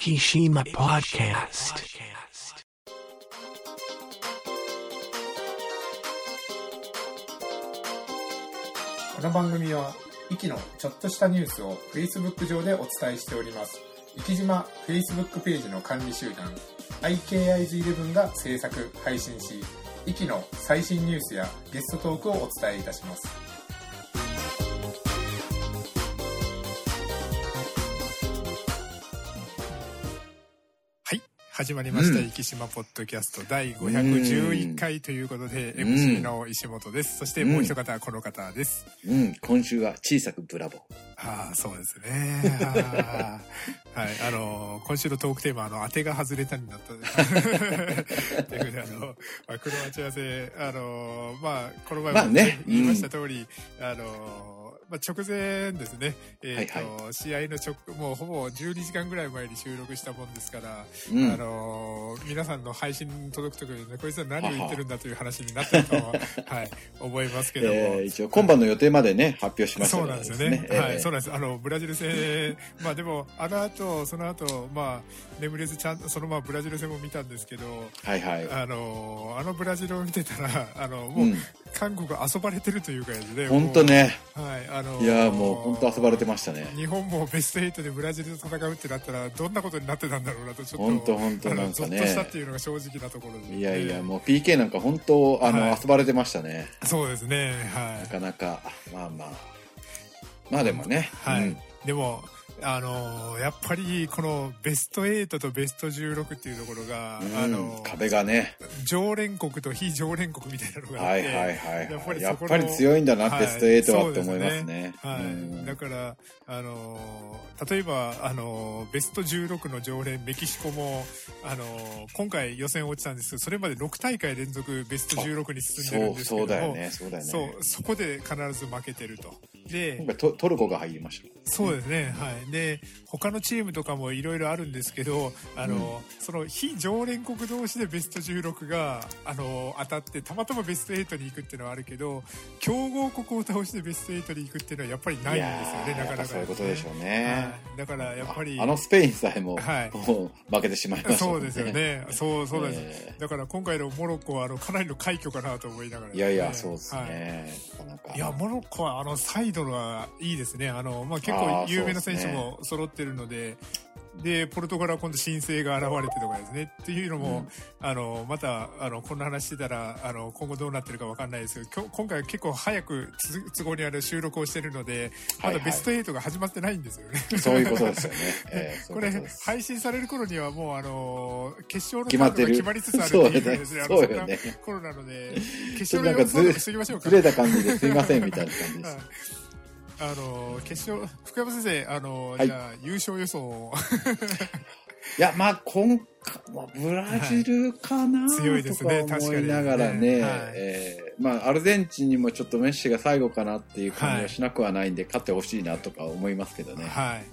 Ikishima Podcast. この番組は、壱岐のちょっとしたニュースを Facebook 上でお伝えしております。壱岐島 Facebook ページの管理集団、IKIG11 が制作、配信し、壱岐の最新ニュースやゲストトークをお伝えいたします。始まりました、うん生島ポッドキャスト第511回ということで、MC の石本です。そしてもう一方はこの方です。うん、今週は小さくブラボー。ああ、そうですね。あーはい、あのー、今週のトークテーマ、あの、当てが外れたになった。ということで、あの、まあ、この待ち合わせ、あのー、まあ、この前も、まあね言いました通り、あのー、まあ、直前ですね、えっ、と、は試合の直、もうほぼ12時間ぐらい前に収録したもんですから、うあん。のー皆さんの配信届くときにね、こいつは何を言ってるんだという話になってる とは、はい、思いますけども。えー一応今晩の予定までね、発表しましたそかうなんらですよね。えーはい、そうなんです。あの、ブラジル戦、 まあでも、あの後、その後、まあ、眠れずちゃんと、そのままブラジル戦も見たんですけど、はいはい。あのー、あのブラジルを見てたら、あの、うもう、ん、韓国遊ばれてるというかですね。本当ね。もう。はい、あのーいやーもう本当遊ばれてましたね。日本もベスト8でブラジルと戦うってなったらどんなことになってたんだろうなとちょっと本当本当なんゾかッとしたねっ。ていうのが正直なところでいやいや、もう PK なんか本当、あの、はい遊ばれてましたね。そうですねはなかなか、まあまあ。まあでもね。はいうんいでもあのーやっぱりこのベスト8とベスト16っていうところが、うんあのー壁がね。常連国と非常連国みたいなのがあっはいて、はいはいやっはぱい。りやそっこのぱり強いんだな、はいベスト8はってそ思ういでますすねね。はいうんだから、あのー例えば、あのーベスト16の常連メキシコも、あのー今回予選落ちたんですけどそれまで6大会連続ベスト16に進んでるんそう、ですけどそもうだよね。そうだよそね。うそこで必ず負けてると。で今回トトルコが入りました。そうですね、はい、で他のチームとかもいろいろあるんですけどあの、その非常連国同士でベスト16があの当たってたまたまベスト8に行くっていうのはあるけど強豪国を倒してベスト8に行くっていうのはやっぱりないんですよねなやーかやっぱなか、そういうことでしょうねは。い、だからやっぱりああのスペインさえも、はいもう負けてしまいましたそもんうですよ。ねそうそうなんです、えだから今回のモロッコはあのかなりの快挙かなと思いながら、ーいやいや、そうですはいね。なかいや、モロッコはあのサイドがいいですね。あの、まあ、結構あー有名な選手も揃ってるので、でポルトガルは今度新星が現れてとかですね。っていうのも、あの、また、あの、こんな話してたら、あの、今後どうなってるかわかんないですけど、今日今回結構早くつ都合にある収録をしてるので、まだベスト8が始まってないんですよね。そういうことです よね。えーそうこいうれとです配信される頃にはもうあの決勝の決まってる。決まりつつあるってそういうよぐらいね。ですね。あそのうそんよなね。頃なので決ちょ勝っのとな様子をんかず、しときましょうかず。れた感じですいませんみたいな感じではすい。あの決勝福山先生あの、はいじゃあ優勝予想をいや、まあ、今回、まあブラジルかな、い強いですねとか思いながら確かにね、ねはいえーまあ、アルゼンチンにもちょっとメッシが最後かなっていう感じはしなくはないんで、勝ってほしいなとか思いますけどね。はい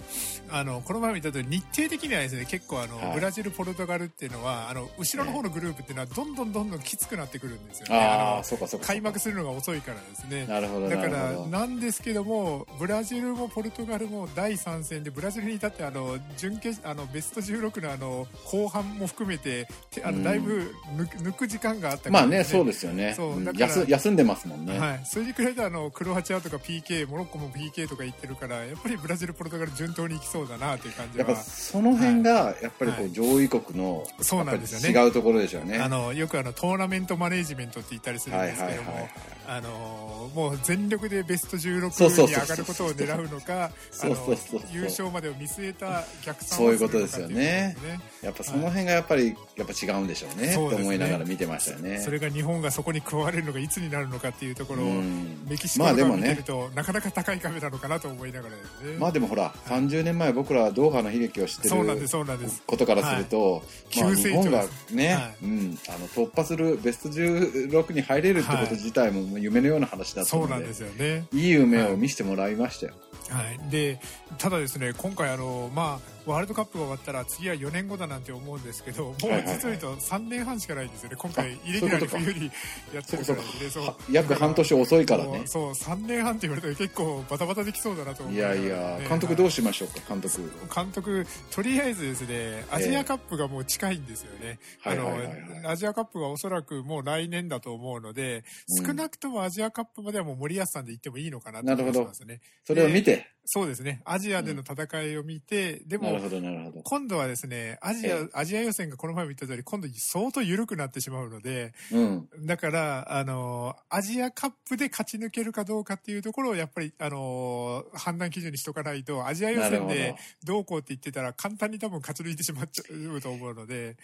あのこの前見たと日程的にはですね結構あの、はいブラジルポルトガルっていうのはあの後ろの方のグループっていうのはどんどんどんどんきつくなってくるんですよねああ、あそうかそうのか。開幕するのが遅いからですねなるほど、だなかるほらど。なんですけどもブラジルもポルトガルも第3戦でブラジルに至ってあの準決あのベスト16のあの後半も含めててあうのんだいぶ抜く抜く時間があったまあらね、そうですよね。そううんだから休休んでますもんね。はい、それに比べてあのクロアチアとか PK モロッコも PK とか言ってるからやっぱりブラジルポルトガル順当にいきそうだなという感じやっぱはその辺が、やっぱりはこうい上位国の、そうなんですよねやっぱり違うところでしょうね。あのよくあのトーナメントマネージメントって言ったりするんはいですはけいども、はい。あのもう全力でベスト16そうそうそうに上がることを狙うのかあそうのそうそうそう優勝までを見据えた逆算そうをいうすこるとのでかすってうよでねすね。やっぱその辺がやっぱり、やっぱ違うんでしょうね。そうですねと思いながら見てましたよね。それが日本がそこに加われるのがいつになるのかっていうところを、うんメキシコまあとでかも見てねる、と、なかなか高い壁なのかなと思いながらですね。まあでもほら、30年前僕らはドーハの悲劇を知ってそうなんでするそうなんです。ことからすると、まあ急成日長本がね、はうん、あの突破するベスト16に入れるってこと自体ももう夢のような話だったそうのなんでで、すよね。いい夢を見せてもらいましたよ。はい、でただですね今回あの、まあワールドカップが終わったら次は4年後だなんて思うんですけど、もうはいはい実を言うと3年半しかないんですよね。今回、イレギュラーに冬にやってるからで、そうは約半年遅いからね。そう、3年半って言われたら結構バタバタできそうだなと思ういやいや、監督どうしましょうか、監督。監督、とりあえずですね、アジアカップがもう近いんですよね。はいあはのいはいはい、アジアカップがおそらくもう来年だと思うので、うん少なくともアジアカップまではもう森保さんで行ってもいいのかなとなる思ほいどますね。それを見て。そうですね。アジアでの戦いを見て、でなるも、ほど、なるほど。今度はですね、アジアええ、アジア予選がこの前も言った通り、今度相当緩くなってしまうので、うん。だから、あの、アジアカップで勝ち抜けるかどうかっていうところを、やっぱり、あの、判断基準にしとかないと、アジア予なる選ほど。でどうこうって言ってたら、簡単に多分勝ち抜いてしまっちゃうと思うので、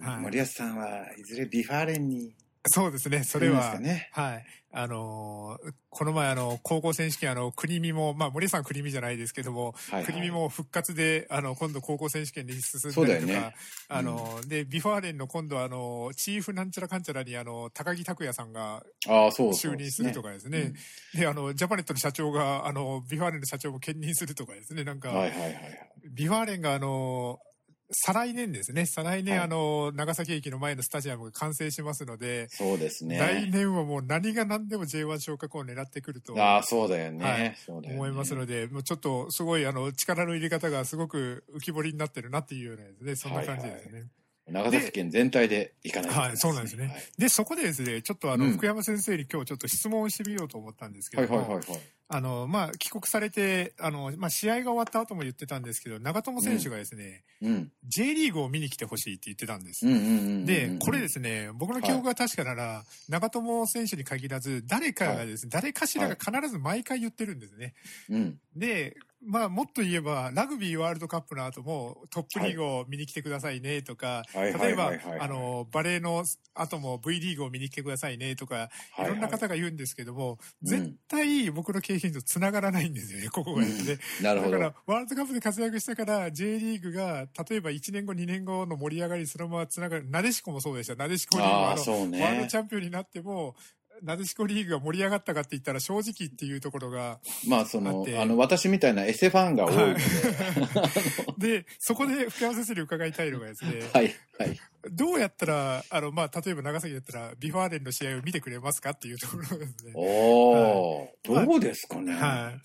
まあはい森保さんはいずれビファーレンにそうですね、そ来れるんですはか。ね。はい。あのこの前、あの、高校選手権、あの、国見も、まあ、森さん国見じゃないですけども、はいはい国見も復活で、あの、今度高校選手権に進んだりとそうか、だよねあの、で、ビファーレンの今度は、あの、チーフなんちゃらかんちゃらに、あの、高木拓也さんがああ、そうそう就任するとかですね。うんで、あの、ジャパネットの社長が、あの、ビファーレンの社長も兼任するとかですね。なんか、はいはいはいはい。ビファーレンがあの、再来年ですね。再来年、はいあの、長崎駅の前のスタジアムが完成しますので、そうです来ね。年はもう何が何でも J1 昇格を狙ってくると。ああ、そうだよね。はいそうだよね思いますので、もうちょっとすごいあの力の入れ方がすごく浮き彫りになってるなっていうようなですね、そんな感じですね。長崎県全体で行かないとはいそうなんですねはいで、そこでですね、ちょっとあの、うん福山先生に今日ちょっと質問をしてみようと思ったんですけはどいも、はいはいはい。あの、まあ、帰国されて、あの、まあ、試合が終わった後も言ってたんですけど、長友選手がですね、うん。 J リーグを見に来てほしいって言ってたんです。うんうんうんうん。で、これですね、僕の記憶が確かなら、長友選手に限らず、誰かがですね、誰かしらが必ず毎回言ってるんですね。うん。で、まあ、もっと言えば、ラグビーワールドカップの後も、トップリーグを見に来てくださいね、とか、はいは例えいはばいはい。、あ、の、バレーの後も V リーグを見に来てくださいね、とか、いろんな方が言うんですけども、うん絶対僕の経験と繋がらないんですよね、ここがですね。 なるだほかどら。、ワールドカップで活躍したから、J リーグが、例えば1年後、2年後の盛り上がり、そのまま繋がる。なでしこもそうでした。なでしこリーグあはああ、の、そうワールドねチ。ャンピオンになっても、なでしこリーグが盛り上がったかって言ったら正直っていうところが、まあ、そだっの、てあの、私みたいなエセファンが多いので。 で、そこで福山先生に伺いたいのがですね、はいはい。どうやったら、あの、まあ、例えば長崎だったら、ビファーレンの試合を見てくれますかっていうところですね。おー。どうですかね。はい。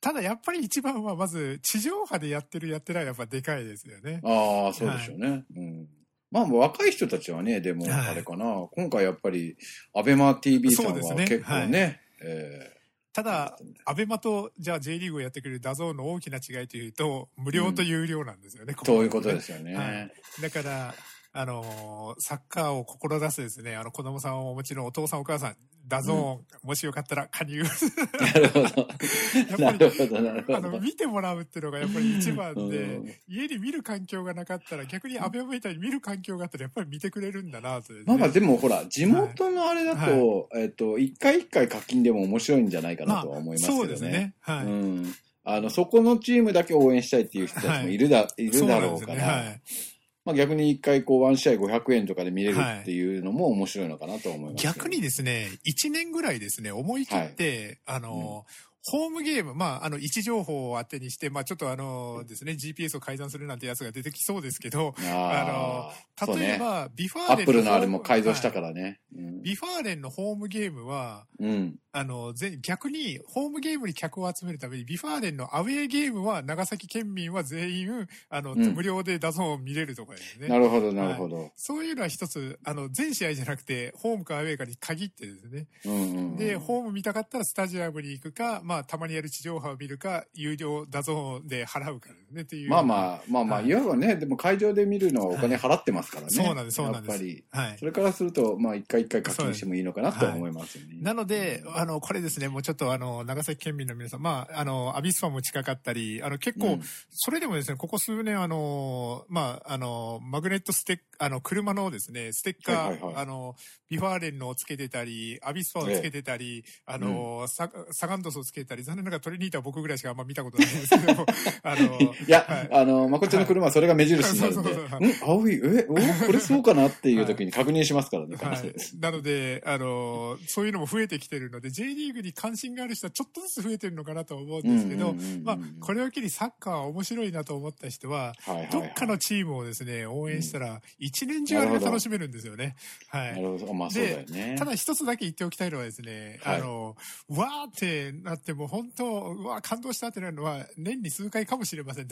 ただやっぱり一番はまず地上波でやってるやってないはやっぱでかいですよね。ああ、そうでしょうね。うん。まあ、もう若い人たちはね、でも、はいあれかな、今回やっぱり、アベマ TV さんはそうですね結構ね、えたーだ、アベマとじゃあ J リーグをやってくれるダゾーンの大きな違いというと、無料と有料なんですよね。ここそういうことですよね。はいだから、あのーサッカーを志すですね、あの子供さんをお持ちのお父さんお母さん、ダゾーン、もしよかったら加入。やっぱなるほど。なるり、ほど、なるあほの、ど。見てもらうっていうのがやっぱり一番で、うん家に見る環境がなかったら、逆にアベマみたいに見る環境があったら、やっぱり見てくれるんだなと、まあまあ、でもほら、地元のあれだと、えっと、一回一回課金でも面白いんじゃないかなとは思いますけどね。そうですね。はい。うん。あの、そこのチームだけ応援したいっていう人たちもいるだ、い、るだろうから、まあ逆に一回こう、ワン試合500円とかで見れるっていうのも面白いのかなとは思いますけど、逆にですね、1年ぐらいですね、思い切って、あの、ホームゲーム、まあ、あの、位置情報を当てにして、まあ、ちょっとあのですね、GPS を改ざんするなんてやつが出てきそうですけど、ああそう例えね。ば、ビファーレアンップルのあれも改造したら。はいからね。うんビファーレンのホームゲームは、うん。あの、ぜ逆に、ホームゲームに客を集めるために、ビファーレンのアウェーゲームは、長崎県民は全員、あの、うん無料でダゾーンを見れるとかですね。なるほど、なるほど。そういうのは一つ、あの、全試合じゃなくて、ホームかアウェーかに限ってですね。うんうんうんで、ホーム見たかったらスタジアムに行くか、まあ、たまにやる地上波を見るか、有料ダゾーンで払うからね、っていう。まあまあ、まあまあ、はいいわばね、でも会場で見るのはお金払ってますからね。そうなんですそうなんですやっぱり。あ。はいそ。れからすると、まあ、一回一回課金してもいいのかなとは思いますよね。なので、あの、これですね、もうちょっとあの、長崎県民の皆さん、まあ、あの、アビスパも近かったり、あの、結構、うんそれでもですね、ここ数年、あの、まあ、あの、マグネットステッあの、車のですね、ステッカー、はいはいはいあの、ビファーレンのをつけてたり、アビスパをつけてたり、あの、サ、サガンドスをつけてたり、残念ながらトリニータは僕ぐらいしかあんま見たことないんですけ ど、あの、いや、 はいあの、まこっちゃんの車はそれが目印になるん そうで、そうそううん、青い、え、おこれそうかなっていう時に確認しますからね、はい。なので、あの、そういうのも増えてきてるので、 J リーグに関心がある人はちょっとずつ増えてるのかなと思うんですけど、まあ、これを機にサッカー面白いなと思った人は、どっかのチームをですね、応援したら、一年中あれが楽しめるんですよね。はい。まあ、そうだよね。ただ一つだけ言っておきたいのはですね、あの、わーってなっても本当、うわー感動したってなるのは、年に数回かもしれま せん。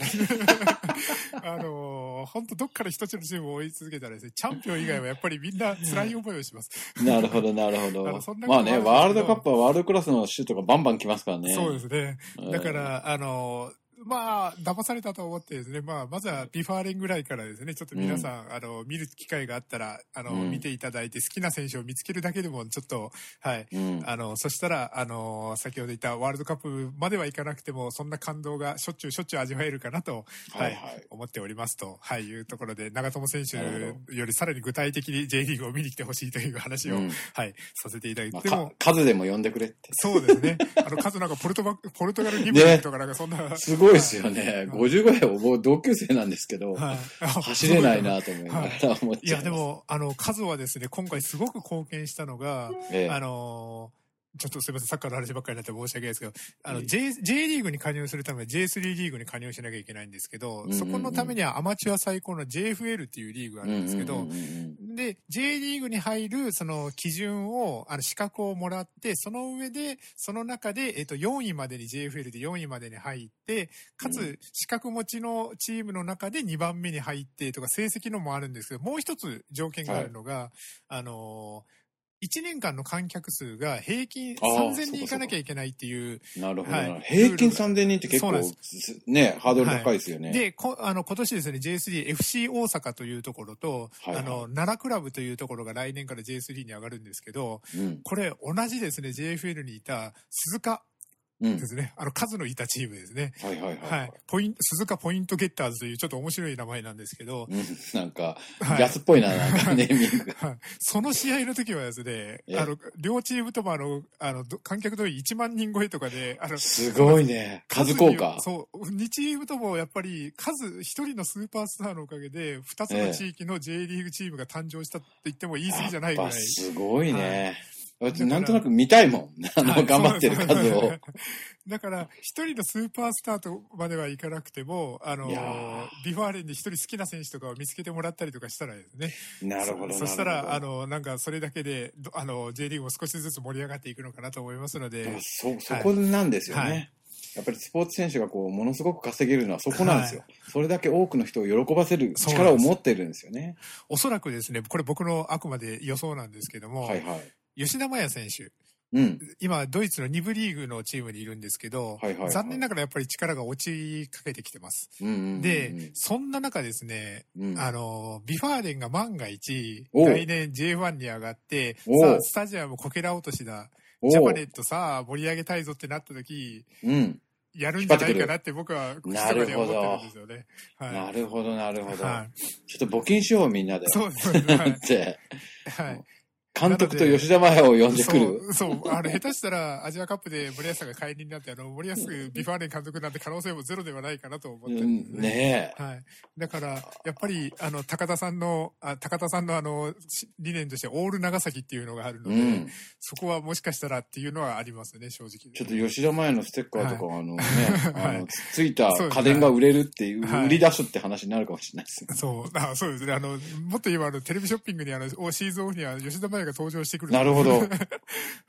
あの、本当どっから一つのチームを追い続けたらですね、チャンピオン以外はやっぱりみんな辛い思いをします。なるほど、な るほど。まあね、ワールドカップはワールドクラスのシュートがバンバン来ますからね。そうですね。だから、あの、まあ、騙されたと思ってですね、まあ、まずはビファーレンぐらいからですね、ちょっと皆さん、うん、あの、見る機会があったら、あの、うん、見ていただいて、好きな選手を見つけるだけでも、ちょっと、はい、うん、あの、そしたら、あの、先ほど言ったワールドカップまではいかなくても、そんな感動がしょっちゅうしょっちゅう味わえるかなと、はい、はいはい、思っておりますと、はい、いうところで、長友選手よりさらに具体的に J リーグを見に来てほしいという話を、はい、させていただいても、まあ、数でも呼んでくれって。そうですね。あの、数なんかポルトバ、ポルトガルリブとかなんかそんな、 ね、すごいごいですよね。50ぐらいは僕同級生なんですけど、はい、 走れないなと思いながら思っちゃい、はい、いや、でも、あの、カズはですね、今回すごく貢献したのが、ええ、あの、ちょっとすみません、サッカーの話ばっかりになって申し訳ないですけど、あの、J、J リーグに加入するために J3 リーグに加入しなきゃいけないんですけど、そこのためにはアマチュア最高の JFL っていうリーグがあるんですけど、で、J リーグに入るその基準を、あの、資格をもらって、その上で、その中で、えっと、4位までに JFL で4位までに入って、かつ、資格持ちのチームの中で2番目に入ってとか、成績のもあるんですけど、もう一つ条件があるのが、はい、あのー1年間の観客数が平均3000人いかなきゃいけないっていう。なるほど、はい、平均3000人って結構、ね、ハードル高いですよね。はい、であの、今年ですね、J3FC 大阪というところと、はいはい、あの、奈良クラブというところが来年から J3 に上がるんですけど、うん、これ同じですね、JFL にいた鈴鹿ですね。うん、あの、数のいたチームですね。はいはいはい、はい。ポイント、鈴鹿ポイントゲッターズというちょっと面白い名前なんですけど。うん、なんか、安っぽいな、なんかネーミング。その試合の時はですね、あの、両チームともあの、あの、観客動員1万人超えとかで、あの、すごいね。数効果。そう。2チームともやっぱり数、1人のスーパースターのおかげで、2つの地域の J リーグチームが誕生したって言っても言い過ぎじゃないぐらい。すごいね。はいなんとなく見たいもん。あの、頑張ってる数を。 だから、一人のスーパースターとまではいかなくても、あの、ビファーレンで一人好きな選手とかを見つけてもらったりとかしたらですね。なるほどそ。したら、あの、なんかそれだけで、あの、J リーグも少しずつ盛り上がっていくのかなと思いますので。そ、そこなんですよね。はいはいやっぱりスポーツ選手がこうものすごく稼げるのはそこなんですよ、はい、それだけ多くの人を喜ばせる力を持ってるんですよねおそらくですねこれ僕のあくまで予想なんですけども、はいはい、吉田麻也選手うん、今、ドイツの2部リーグのチームにいるんですけど、残念ながらやっぱり力が落ちかけてきてます。で、そんな中ですね、うん、あの、ビファーレンが万が一、来年 J1 に上がって、さあ、スタジアムこけら落としだ、ジャパネットさあ、盛り上げたいぞってなった時、うん、やるんじゃないかなって僕は、なるほど。なるほど、なるほど。ちょっと募金しよう、みんなで。そうですね。はい。 はい監督と吉田麻也を呼んでく、る。そう、あの、下手したら、アジアカップで森保さんが解任になって、あの、森保ビファーレン監督なんて可能性もゼロではないかなと思って、ね。うんねえ。はい。だから、やっぱり、あの、高田さんの、あ高田さんのあの、理念として、オール長崎っていうのがあるので、うん、そこはもしかしたらっていうのはありますね、正直。ちょっと吉田麻也のステッカーとか、あのね、あの、ついた家電が売れるっていう、売り出すって話になるかもしれないですね。そう、あそうですね。あの、もっと今、あの、テレビショッピングに、あの、シーズンオフには吉田麻也が登場してくる。なるほど。はい、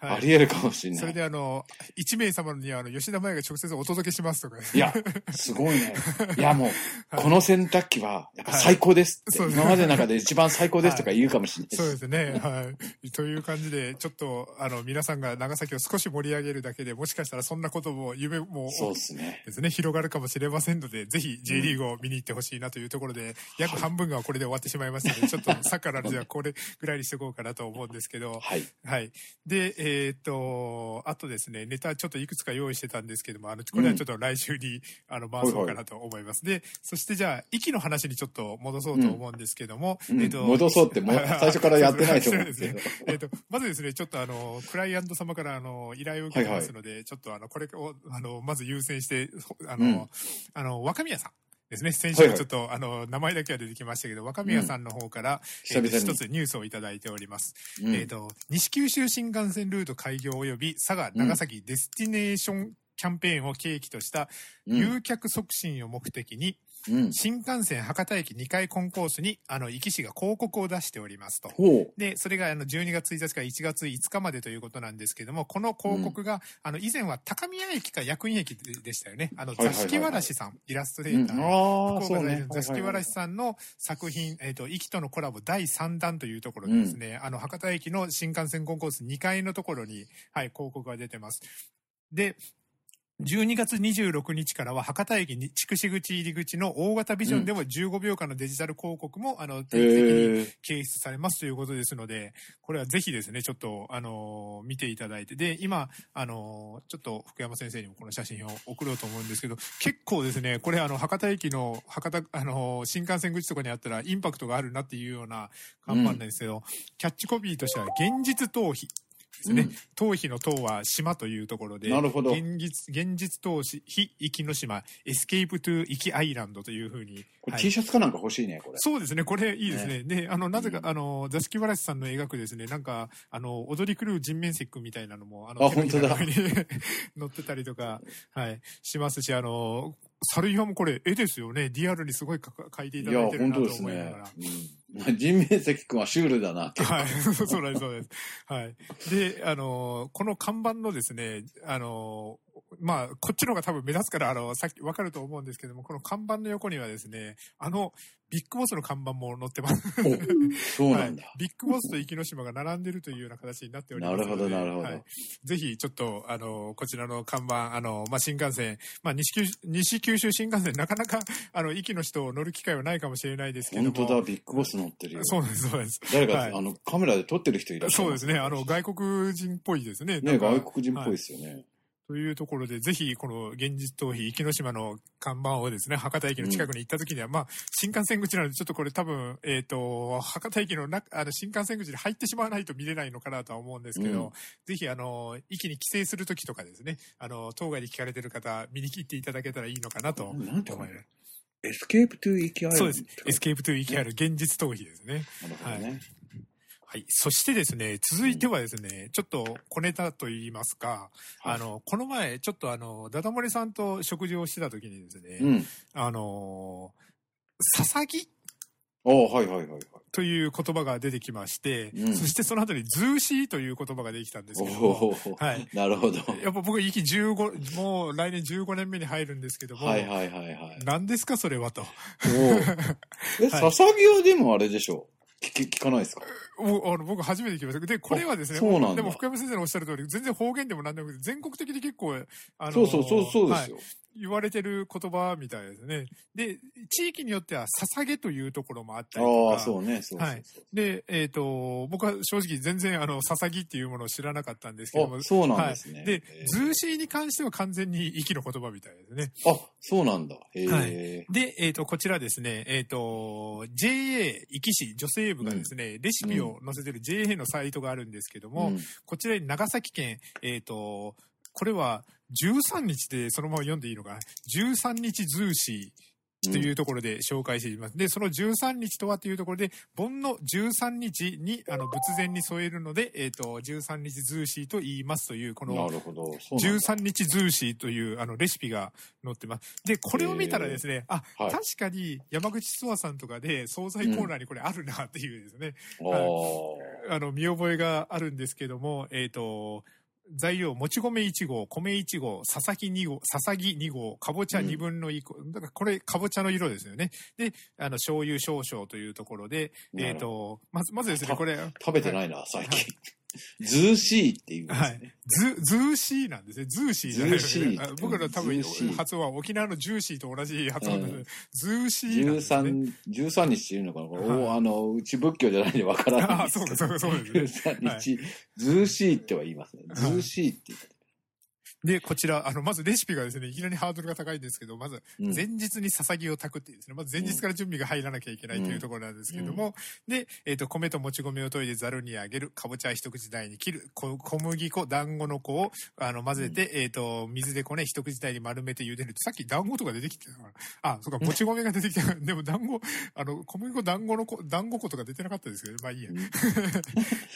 あり得るかもしれない。それであの、1名様にあの、吉田麻也が直接お届けしますとか、ね、いや、すご いね。いや、もう、はい、この洗濯機は、やっぱ最高ですって、はい、今までの中で一番最高ですとか言うかもしれないそうですね。はい。という感じで、ちょっと、あの、皆さんが長崎を少し盛り上げるだけで、もしかしたらそんなことも、夢も、そうですね。ですね。広がるかもしれませんので、ぜひ J リーグを見に行ってほしいなというところで、約半分がこれで終わってしまいましたので、ちょっとサッカーの話はこれぐらいにしておこうかなと思うんですけど、はい、はい。で、えー、っと、あとですね、ネタちょっといくつか用意してたんですけども、あの、これはちょっと来週に、あの、回そうかなと思います。で、そしてじゃあ、息の話にちょっと戻そうと思うんですけども、うん、えっと、戻そうって も、最初からやってないと思うんですけど。えっと、まずですね、ちょっとあの、クライアント様からあの、依頼を受けてますので、はいはい、ちょっとあの、これを、あの、まず優先して、あの、うん、あの、若宮さん。ですね、先週はちょっと、はいはい、あの、名前だけは出てきましたけど、若宮さんの方から、うん、えー、一つニュースをいただいております。うん、えっ、ー、と、西九州新幹線ルート開業及び佐賀、長崎デスティネーションキャンペーンを契機とした誘客促進を目的に、うん、新幹線博多駅2階コンコースに、あの、壱岐市が広告を出しておりますと。で、それが、あの、12月1日から1月5日までということなんですけども、この広告が、うん、あの、以前は高宮駅か役員駅でしたよね。あの、座敷わらしさん、イラストレーターの、福岡在座敷わらしさんの作品、えっ、ー、と、壱岐とのコラボ第3弾というところでですね、うん、あの、博多駅の新幹線コンコース2階のところに、はい、広告が出てます。で、12月26日からは博多駅に筑紫口入り口の大型ビジョンでも15秒間のデジタル広告も、あの定期的に掲出されますということですので、これはぜひですね、ちょっと、あの見ていただいて、で、今、あのちょっと福山先生にもこの写真を送ろうと思うんですけど、結構ですね、これあの、博多駅の、博多、あの新幹線口とかにあったらインパクトがあるなっていうような看板なんですけど、うん、キャッチコピーとしては現実逃避ですね。逃避の逃は島というところで、なるほど現実、現実逃避、非行きの島、エスケープトゥ行きアイランドというふうに。これ T シャツかなんか欲しいね、これ。そうですね、これいいですね。ねで、あの、なぜか、あの、座敷わらしさんの描くですね、なんか、あの、踊り狂う人面石みたいなのも、あの、あ本当だ。 乗ってたりとか、はい、しますし、あの、猿岩もこれ絵ですよね。リアルにすごい描いていただいてるなと思いながら。人面石君はシュールだな。はい、 そうです、そうです。はい。で、あの、この看板のですね、あの、まあ、こっちの方が多分目立つから、あの、さっきわかると思うんですけども、この看板の横にはですね、あの、ビッグボスの看板も載ってます。、そうなんだ、はいビッグボスと生の島が並んでるというような形になっておりますなるほど、なるほど、はい。ぜひ、ちょっと、あの、こちらの看板、あの、まあ、新幹線、まあ、西九州、西九州新幹線、なかなか、 あの、息の人を乗る機会はないかもしれないですけども。本当だ、ビッグボス乗ってるよ。そうです、そうです。誰か、はい、あの、カメラで撮ってる人いらっしゃる。そうですね、あの、外国人っぽいですね。ね、外国人っぽいですよね。というところで、ぜひ、この現実逃避、生の島の看板をですね、博多駅の近くに行った時には、うん、まあ、新幹線口なので、ちょっとこれ多分、えっ、ー、と、博多駅の中、あの、新幹線口に入ってしまわないと見れないのかなとは思うんですけど、うん、ぜひ、あの、駅に帰省する時とかですね、あの、当該で聞かれてる方、見に切っていただけたらいいのかなと思います。エスケープトゥー EKR? そうです。エスケープトゥー EKR、現実逃避ですね。なるほどね。はいはい。そしてですね、続いてはですね、うん、ちょっと小ネタと言いますか、はい、あの、この前、ちょっとあの、ダダ漏れさんと食事をしてた時にですね、うん、あの、ささぎああ、はいはいはい、はい。という言葉が出てきまして、うん、そしてその後にズーシーという言葉ができたんですけども、はい。 な るほど。やっぱ僕、息15、もう来年15年目に入るんですけども、はいはい はいはい。何ですかそれはと。え、ささぎはでもあれでしょう聞聞かないですかあの僕初めて聞きました。で、これはですね、そうなんでも福山先生のおっしゃる通り、全然方言でも何でも全国的に結構、あの、、そうそうそうそうですよ、はい言われてる言葉みたいですね。で、地域によっては、捧げというところもあったりとか。ああ、そうね、そうそうはい。で、えっ、ー、と、僕は正直全然、あの、捧ぎっていうものを知らなかったんですけども。そうなんですね。はい、で、ズーシーに関しては完全に息の言葉みたいですね。あ、そうなんだ。へはい、で、えっ、ー、と、こちらですね、えっ、ー、と、JA 壱岐市女性部がですね、うん、レシピを載せてる JA のサイトがあるんですけども、うん、こちらに長崎県、えっ、ー、と、これは13日でそのまま読んでいいのかな ?13 日ズーシー。というところで紹介しています。で、その13日とはというところで、盆の13日に、あの、仏前に添えるので、えっ、ー、と、13日ズーシーと言いますという、この、13日ズーシーという、あの、レシピが載ってます。で、これを見たらですね、あ、はい、確かに山口諏訪さんとかで、惣菜コーナーにこれあるなっていうですね、うん、ああの、見覚えがあるんですけども、えっ、ー、と、材料、もち米1号、米1号、ささぎ2号、ささぎ2号、かぼちゃ2分の1個、うん、だからこれ、かぼちゃの色ですよね。で、あの、醤油少々というところで、えっ、ー、と、まず、まずですね、これ。食べてないな、はい、最近。 ズーシーって言うんですね。はい。ズ、ズーシーなんですね。ズーシーじゃないですね。僕ら多分発音は沖縄のジューシーと同じ発音なんです、うん、ズーシーなんですね。 13、13日っていうのかな、これ、はい、あの、うち仏教じゃないんでわからないあ、そう 、か、そうか、そうですね。13日、はい、ズーシーっては言いますね。ズーシーって言います。で、こちら、あの、まずレシピがですね、いきなりハードルが高いんですけど、まず、前日に捧げを炊くっていうですね、まず前日から準備が入らなきゃいけないというところなんですけども、で、えっ、ー、と、米ともち米を研いでざるにあげる、かぼちゃ一口大に切る、小麦粉、団子の粉を、あの、混ぜて、えっ、ー、と、水でこね、一口大に丸めて茹でる。さっき団子とか出てきてたから、あ、そうか、もち米が出てき たから、でも団子、あの、小麦粉、団子の粉、団子粉とか出てなかったですけど、まあいいや。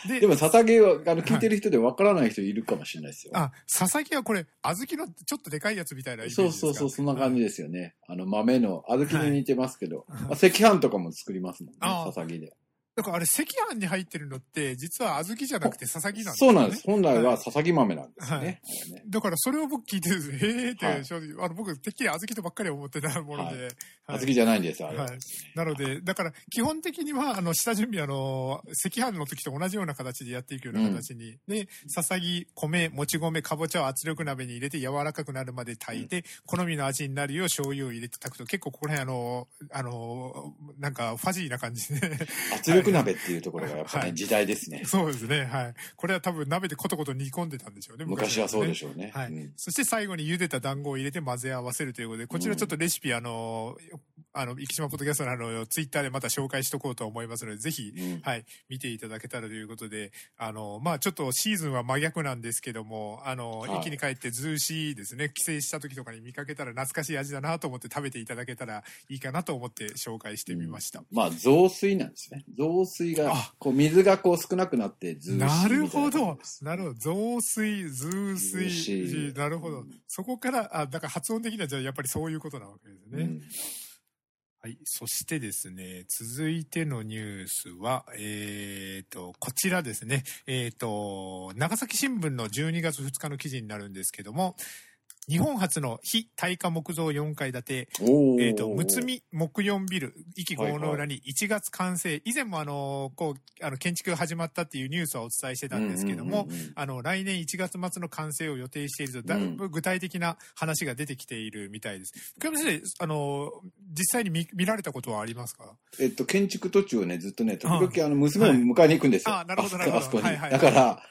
ででも、捧げは、あの、聞いてる人でわからない人いるかもしれないですよ。あ、佐々木はこれ、小豆のちょっとでかいやつみたいなイメージですそうそうそう、そんな感じですよね。あの、豆の、小豆に似てますけど、はい、まあ、赤飯とかも作りますもんね、佐々木で。だからあれ、赤飯に入ってるのって、実は小豆じゃなくて佐々木なんです、ね。そうなんです。本来は佐々木豆なんですね。はいはいねだからそれを僕聞いてるんですへえって、正直、あの僕、てっきり小豆とばっかり思ってたもので。小豆じゃないんですよ、あれ、はい。なので、だから基本的には、あの、下準備、あの、赤飯の時と同じような形でやっていくような形に。うん、で、佐々木、米、もち米、かぼちゃを圧力鍋に入れて柔らかくなるまで炊いて、うん、好みの味になるよう醤油を入れて炊くと、結構ここら辺あの、あの、なんかファジーな感じで、ね。圧力鍋っていうところがやっぱね、はい、時代ですね。 そうですね。はい。これは多分鍋でコトコト煮込んでたんでしょうね。昔は、ね、そうでしょうね。はい。うん、そして最後に茹でた団子を入れて混ぜ合わせるということで、こちらちょっとレシピ、うん、あの、あの、生島ポッドキャストのあの、ツイッターでまた紹介しとこうと思いますので、ぜひ、うん、はい、見ていただけたらということで、あの、まあちょっとシーズンは真逆なんですけども、あの、はい、駅に帰ってズーシーですね、帰省した時とかに見かけたら懐かしい味だなと思って食べていただけたらいいかなと思って紹介してみました。まあ、雑炊なんですね。雑炊が、こう水がこう少なくなってな、なるほど。なるほど。雑炊、雑炊。なるほど。そこから、あ、だから発音的にはじゃあやっぱりそういうことなわけですね。うん、はい。そしてですね、続いてのニュースは、えっ、ー、と、こちらですね。えっ、ー、と、長崎新聞の12月2日の記事になるんですけども、日本初の非耐火木造4階建て、えっ、と、むつみ木4ビル、駅合の裏に1月完成。以前もあの、こう、あの、建築が始まったっていうニュースはお伝えしてたんですけども、あの、来年1月末の完成を予定していると、だいぶ具体的な話が出てきているみたいです。福山先生、あの、実際に見見られたことはありますかえっと、建築途中ね、ずっとね、時々あの、娘を迎えに行くんですよ。あ、なるほど、なるほど。あそこに。だから、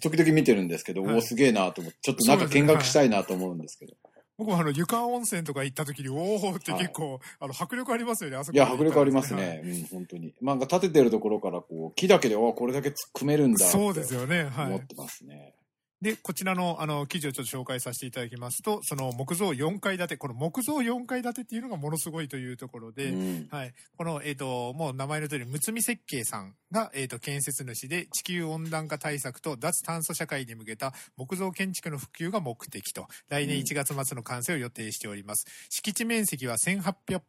時々見てるんですけど、おお、すげえなと思って、ちょっとなんか見学したいなと思うんですけど。僕もあの、湯川温泉とか行った時に、おおって結構、あの、迫力ありますよね、あそこ。いや、迫力ありますね。うん、本当に。なんか建ててるところから、こう、木だけで、おこれだけ組めるんだ。そうですよね、はい。思ってますね。で、こちらの、あの、記事をちょっと紹介させていただきますと、その木造4階建て、この木造4階建てっていうのがものすごいというところで、うん、はい。この、えっ、ー、と、もう名前の通り、むつみ設計さんが、えっ、ー、と、建設主で、地球温暖化対策と脱炭素社会に向けた木造建築の普及が目的と、来年1月末の完成を予定しております。うん、敷地面積は1800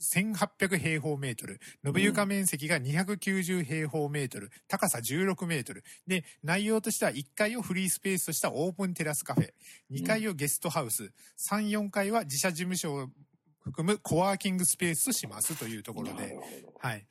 1800平方メートル、延床面積が290平方メートル、高さ16メートル。で、内容としては1階をフリースペースとしたオープンテラスカフェ、2階をゲストハウス、3、4階は自社事務所を含むコワーキングスペースとしますというところで、はい。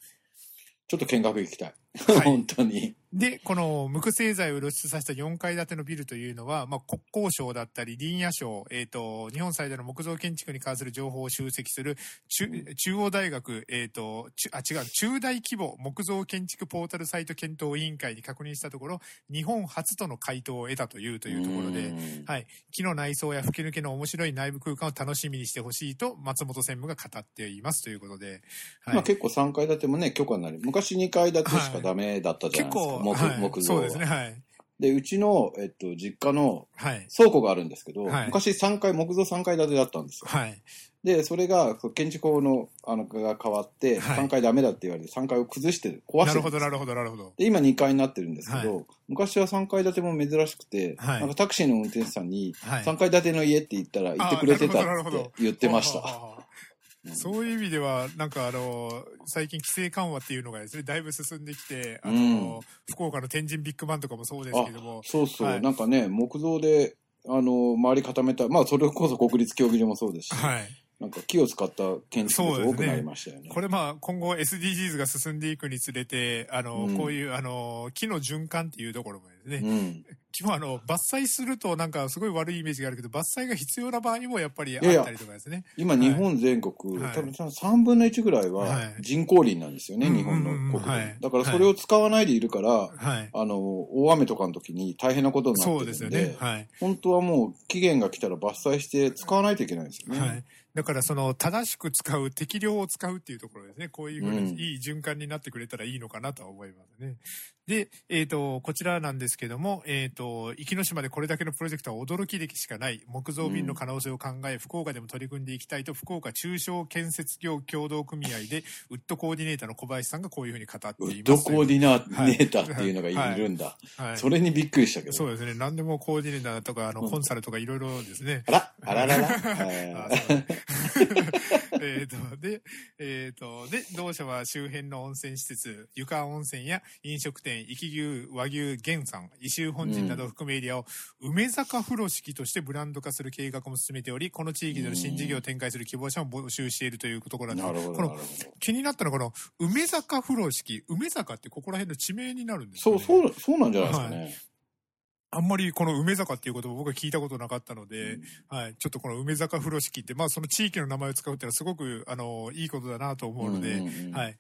ちょっと見学行きたい。はい、 本当に。で、この無垢製剤を露出させた4階建てのビルというのは、まあ、国交省だったり、林野省、えっ、ー、と、日本最大の木造建築に関する情報を集積する中、中央大学、えっ、ー、と、あ、違う、中大規模木造建築ポータルサイト検討委員会に確認したところ、日本初との回答を得たというというところで、はい、木の内装や吹き抜けの面白い内部空間を楽しみにしてほしいと、松本専務が語っていますということで、はい、まあ結構3階建てもね、許可になり、昔2階建てしかダメだったじゃないですか。はい木、はい、木造そうですね、はい。で、うちの、えっと、実家の倉庫があるんですけど、はい、昔3階、木造3階建てだったんですよ。はい、で、それが、建築法の、あの、が変わって、3階ダメだって言われて、3階を崩して、壊してなるほど、なるほど、なるほど。で、今2階になってるんですけど、昔は3階建ても珍しくて、なんかタクシーの運転手さんに、3階建ての家って言ったら、言ってくれてたって言ってました。そういう意味では、なんかあの、最近規制緩和っていうのがですね、だいぶ進んできて、あの、うん、福岡の天神ビッグバンとかもそうですけども。そうそう、はい、なんかね、木造で、あの、周り固めた、まあそれこそ国立競技場もそうですし、はい。なんか木を使った建築物多くなりましたよね。ねこれまあ今後 SDGs が進んでいくにつれて、あの、うん、こういうあの、木の循環っていうところもですね、うん、ちもあの、伐採するとなんかすごい悪いイメージがあるけど、伐採が必要な場合にもやっぱりあったりとかですね。いやいや今日本全国、はい多分3分の1ぐらいは人工林なんですよね、はい日本の国土、うんうんうんはいだからそれを使わないでいるから、はい。あの、大雨とかの時に大変なことになってるそんうで、ですよね。はい。本当はもう期限が来たら伐採して使わないといけないんですよね。はい。だからその、正しく使う、適量を使うっていうところですね。こういうふううんにいい循環になってくれたらいいのかなとは思いますね。で、えっ、と、こちらなんですけども、えっ、と、壱岐島でこれだけのプロジェクトは驚き歴しかない。木造便の可能性を考え、福岡でも取り組んでいきたいと、福岡中小建設業協同組合で、ウッドコーディネーターの小林さんがこういうふうに語っています。ウッドコーディナーネーターっていうのがいるんだ。はいそれにびっくりしたけど。そうですね。何でもコーディネーターとか、あの、コンサルとかいろいろですね。あら、あららら。あ はーいそう えっと、で、えっ、と、で、同社は周辺の温泉施設、床温泉や飲食店、生き牛、和牛、玄山、異州本陣などを含むエリアを、梅坂風呂敷としてブランド化する計画も進めており、この地域での新事業を展開する希望者も募集しているというところなんなでるすほこど、なるのほど。気になったのは、この、梅坂風呂敷、梅坂ってここら辺の地名になるんですかねそう、そう、そうなんじゃないですかね。あんまりこの梅坂っていうことを僕は聞いたことなかったので、はい、ちょっとこの梅坂風呂敷って、まあその地域の名前を使うってのはすごく、あの、いいことだなと思うので、うんうんうんはい。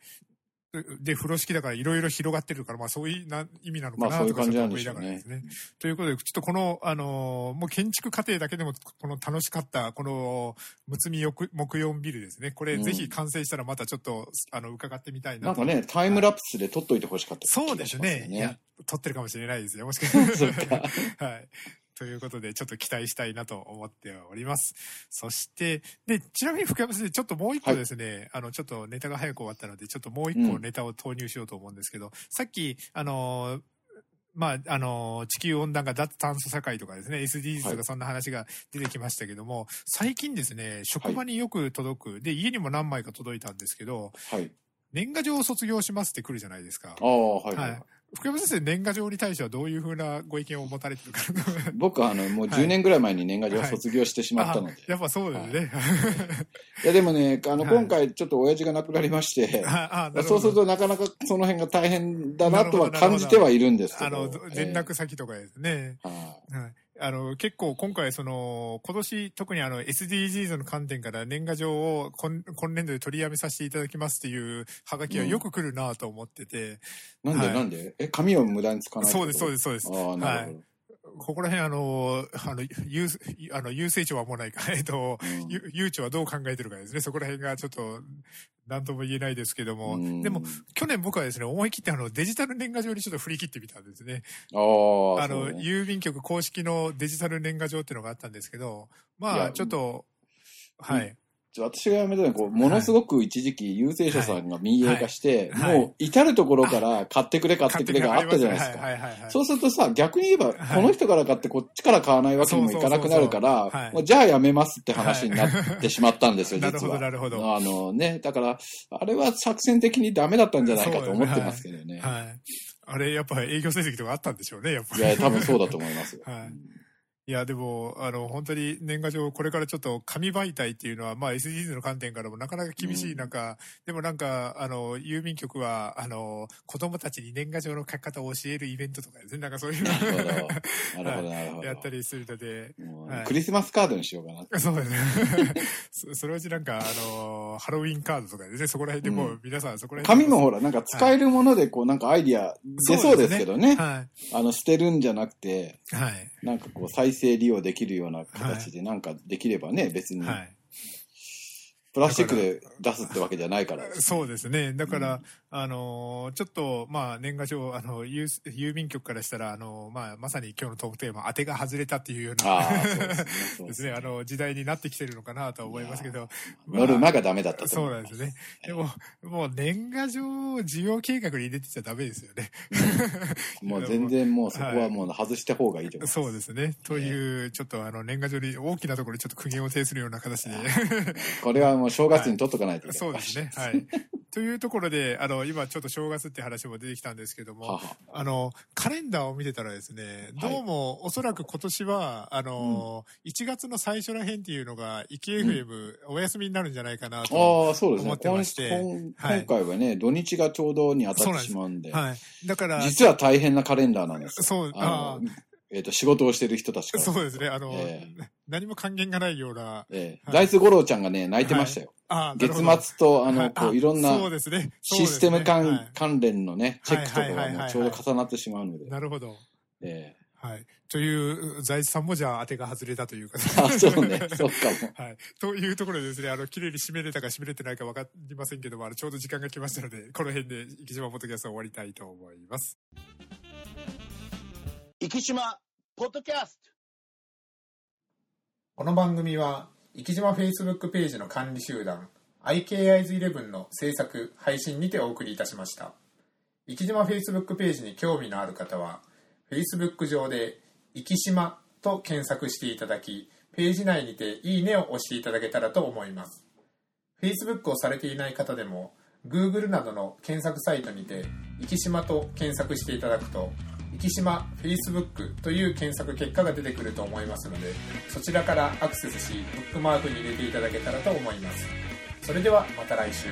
で、風呂敷だからいろいろ広がってるから、まあそういうな意味なのかまあなそういとうか感じなんでいしょうねね。ということで、ちょっとこの、あのーもう建築過程だけでも、この楽しかった、この、むつみよく木曜ビルですね。これ、うんぜひ完成したらまたちょっと、あの、伺ってみたいななんと。かね、タイムラプスで撮っといてほしかった気がしまそうですね。いや、撮ってるかもしれないですよ。もしか そっした。から はい。ということで、ちょっと期待したいなと思っております。そして、で、ちなみに福山先生、ちょっともう一個はいですね、あの、ちょっとネタが早く終わったので、ちょっともう一個うんネタを投入しようと思うんですけど、さっき、あのーまあ、あのー地球温暖化、脱炭素社会とかですね、SDGs とはかいそんな話が出てきましたけども、最近ですね、職場によく届く、で、家にも何枚か届いたんですけど、はい。年賀状を卒業しますって来るじゃないですか。ああ、はい、ははいい。福山先生、年賀状に対してはどういうふうなご意見を持たれてるかな僕はあの、もうはい10年ぐらい前に年賀状を卒業してしまったので。あやっぱそうですね。いや、でもね、あの、はい今回ちょっと親父が亡くなりまして、 ああなそうすると、となかなかその辺が大変だななとはるほどなるほ感どじてはいるんですけあど。の、連絡先とかですね。えーはいはいあの、結構今回その、今年特にあの SDGs の観点から年賀状を今今年度で取りやめさせていただきますっていうハガキがよく来るなと思ってて、なんで、はいなんでえ、紙を無駄に使わない。そうです、そうですす、そうです。ああ、なるここら辺あの、あの、ゆあの、郵政庁はもうないか、えっ と、ほど。うんゆ、ゆうちょはどう考えてるかですね。そこら辺がちょっと、なんとも言えないですけども。うんでも、去年僕はですね、思い切ってあの、デジタル年賀状にちょっと振り切ってみたんですね。ああ、あの、そうね郵便局公式のデジタル年賀状っていうのがあったんですけど、いまあ、やちょっと、はい。私が辞めたのはこう、ものすごく一時期、郵政者さんが民営化して、はいはいもう至るところから買って くれ買ってくれがあったじゃないですはか。いはいはいはい。そうするとさ、逆に言えば、はいこの人から買ってこっちから買わないわけにもいかなくなるそうそうそうそかうはら、いもうじゃあ辞めますって話になってしまったんですよ、なる実ほど、は。なるほど。あのね、だから、あれは作戦的にダメだったんじゃないかと思ってますけどね。はい。あれ、やっぱ営業成績とかあったんでしょうね、やっぱいり。や、多分そうだと思いますよ。はいいや、でも、あの、本当に年賀状、これからちょっと紙媒体っていうのは、まあ SDGs の観点からもなかなか厳しい中、でもなんか、あの、郵便局は、あの、子供たちに年賀状の書き方を教えるイベントとかですね、なんかそういうなるほど。のなるほど、なるほど。 やったりするので、もうはいクリスマスカードにしようかな。 そうですね。そそのうちなんか、あの、ハロウィンカードとかですね、そこら辺でもうう皆さんそこら辺紙もほら、なんか使えるもので、こう、なんかアイディア出そうですけどね。はあの、捨てるんじゃなくて、い。はい。なんかこう、再生利用できるような形で、なんかできればね、別に、はい。プラスチックで出すってわけじゃないから。そうですね。だから、うんあのーちょっと、まあ、年賀状、あの、郵郵便局からしたら、あのーまあ、まさに今日のトークテーマ、当てが外れたっていうよう あな、あ、そうですねそうでですすね、ね。あの、時代になってきてるのかなとは思いますけど、まあノルマがダメだったとそう思ないんま。ですすね。でも、もう年賀状を事業計画に入れてちゃダメですよね。もう全然もうそこはもう外した方がいいと思いま す。そうですね。という、ちょっとあの、年賀状に大きなところにちょっと苦言を呈するような形で。これはもう正月に取っとかないといけそなうい。ですね。はい。というところで、あの、今ちょっと正月って話も出てきたんですけども、はは。あの、カレンダーを見てたらですね、はいどうも、おそらく今年は、あの、1月の最初ら辺っていうのが、イキ FM、お休みになるんじゃないかなと。ああ、そうです思ね。ってま今して今はい今回はね、土日がちょうどに当たってしまうんで、はい。だから、実は大変なカレンダーなんですよ。そう、ああの、えっ、と、仕事をしてる人たちから。そうですね。あの、え何も還元がないような。ええはいダイス五郎ちゃんがね、泣いてましたよ。あーなるほ月ど末と、あはの、こう、いろんあそうなですね。そうでシすねステム関,、はい関連のね、チェックとかはいはがいはいはいもはういちょうど重なってしまうので。なるほど。ええはい。という、財津さんもじゃあ当てが外れたというか、あ、そ うね、そうかも。はい。というところでですね、あの、綺麗に締めれたか締めれてないか分かりませんけども、あの、ちょうど時間が来ましたので、この辺で、生島ポッドキャストを終わりたいと思います。生き島ポッドキャストこの番組は生島 Facebook ページの管理集団 IKIs11 の制作配信にてお送りいたしました生島 Facebook ページに興味のある方は Facebook 上で「生島」と検索していただきページ内にて「いいね」を押していただけたらと思います Facebook をされていない方でも Google などの検索サイトにて「生島」と検索していただくと「生島 Facebook」という検索結果が出てくると思いますのでそちらからアクセスしブックマークに入れていただけたらと思いますそれではまた来週